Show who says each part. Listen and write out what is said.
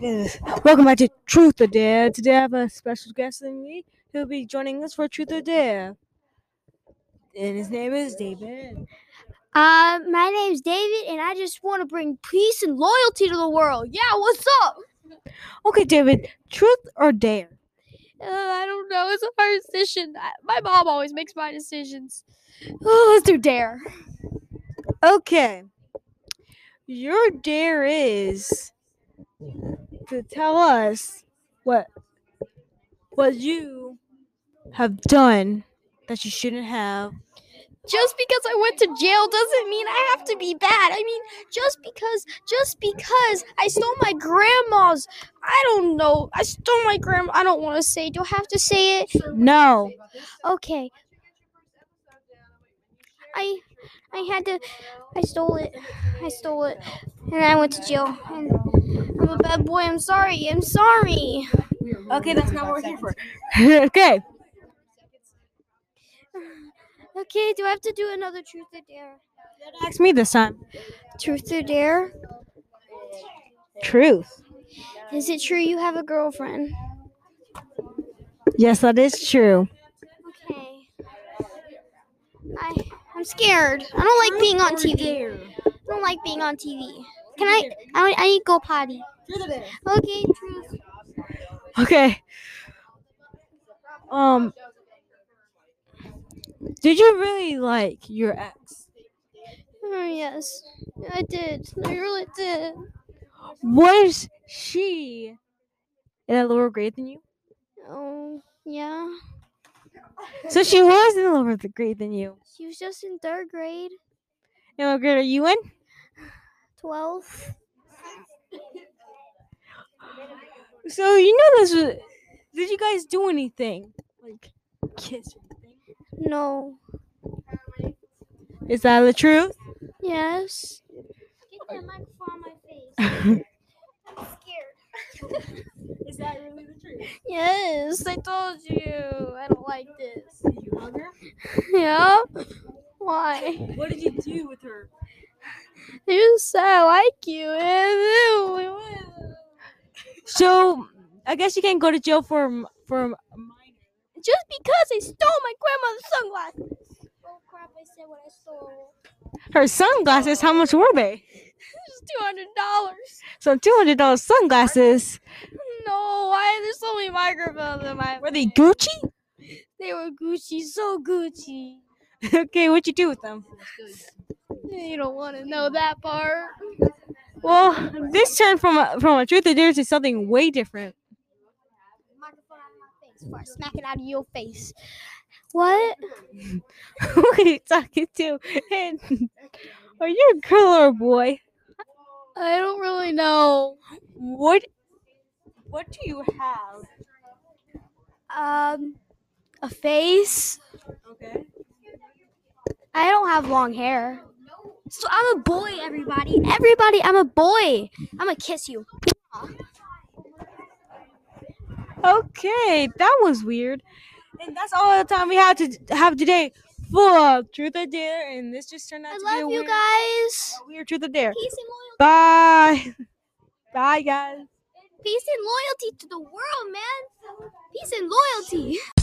Speaker 1: Yes. Welcome back to Truth or Dare. Today I have a special guest with me. He'll be joining us for Truth or Dare. And his name is David.
Speaker 2: Uh, my name's David, and I just want to bring peace and loyalty to the world. Yeah, what's up?
Speaker 1: Okay, David, truth or dare?
Speaker 2: Uh, I don't know. It's a hard decision. I, my mom always makes my decisions. Oh, let's do dare.
Speaker 1: Okay. Your dare is to tell us what what you have done that you shouldn't have.
Speaker 2: Just because I went to jail doesn't mean I have to be bad. I mean, just because, just because I stole my grandma's. I don't know. I stole my grandma. I don't want to say. Do I have to say it?
Speaker 1: No.
Speaker 2: Okay. I, I had to. I stole it. I stole it, and I went to jail. And I'm a bad boy. I'm sorry. I'm sorry.
Speaker 1: Okay, that's not what we're here for. okay.
Speaker 2: Okay, do I have to do another truth or dare?
Speaker 1: Ask me this time.
Speaker 2: Truth or dare?
Speaker 1: Truth.
Speaker 2: Is it true you have a girlfriend?
Speaker 1: Yes, that is true.
Speaker 2: Okay. I I'm scared. I don't like being on TV. I don't like being on TV. Can I? I, I need to go potty. Okay, truth.
Speaker 1: Okay. Um Did you really like your ex?
Speaker 2: Oh, yes, I did. I really did.
Speaker 1: Was she in a lower grade than you?
Speaker 2: Oh, yeah.
Speaker 1: So she was in a lower th- grade than you.
Speaker 2: She was just in third grade,
Speaker 1: And what grade are you in?
Speaker 2: 12th.
Speaker 1: So you know this was did you guys do anything? Like kiss or anything?
Speaker 2: No.
Speaker 1: Is that the truth?
Speaker 2: Yes. Get that microphone on my face. I'm scared.
Speaker 1: Is that really the truth?
Speaker 2: Yes, I told you. I don't like this.
Speaker 1: Did you hug her?
Speaker 2: Yeah? Why?
Speaker 1: What did you do with her?
Speaker 2: You said I like you. and then we-
Speaker 1: So I guess you can't go to jail for m- for m- minor.
Speaker 2: Just because I stole my grandmother's sunglasses. Oh crap, I said what I stole.
Speaker 1: her sunglasses. How much were they?
Speaker 2: This is $200.
Speaker 1: So two hundred dollars sunglasses.
Speaker 2: No, why are there so many microphones in my
Speaker 1: Were they
Speaker 2: face?
Speaker 1: Gucci?
Speaker 2: They were Gucci, so Gucci.
Speaker 1: okay, what'd you do with them?
Speaker 2: You don't want to know that part.
Speaker 1: Well, this turned from a, from a truth or dare to something way different.
Speaker 2: Microphone out of my face before I smack it out of your face. What?
Speaker 1: Who are you talking to? And are you a girl or a boy?
Speaker 2: I don't really know.
Speaker 1: What? What do you have?
Speaker 2: Um, a face.
Speaker 1: Okay.
Speaker 2: I don't have long hair. So I'm a boy, everybody. Everybody, I'm a boy. I'm gonna kiss you.
Speaker 1: Okay, that was weird. And that's all the time we had to have today for truth or dare. And this just turned out
Speaker 2: I
Speaker 1: to be a
Speaker 2: love you
Speaker 1: weird,
Speaker 2: guys.
Speaker 1: a weird truth or dare.
Speaker 2: Peace and loyalty.
Speaker 1: Bye. Bye, guys.
Speaker 2: Peace and loyalty to the world, man. Peace and loyalty.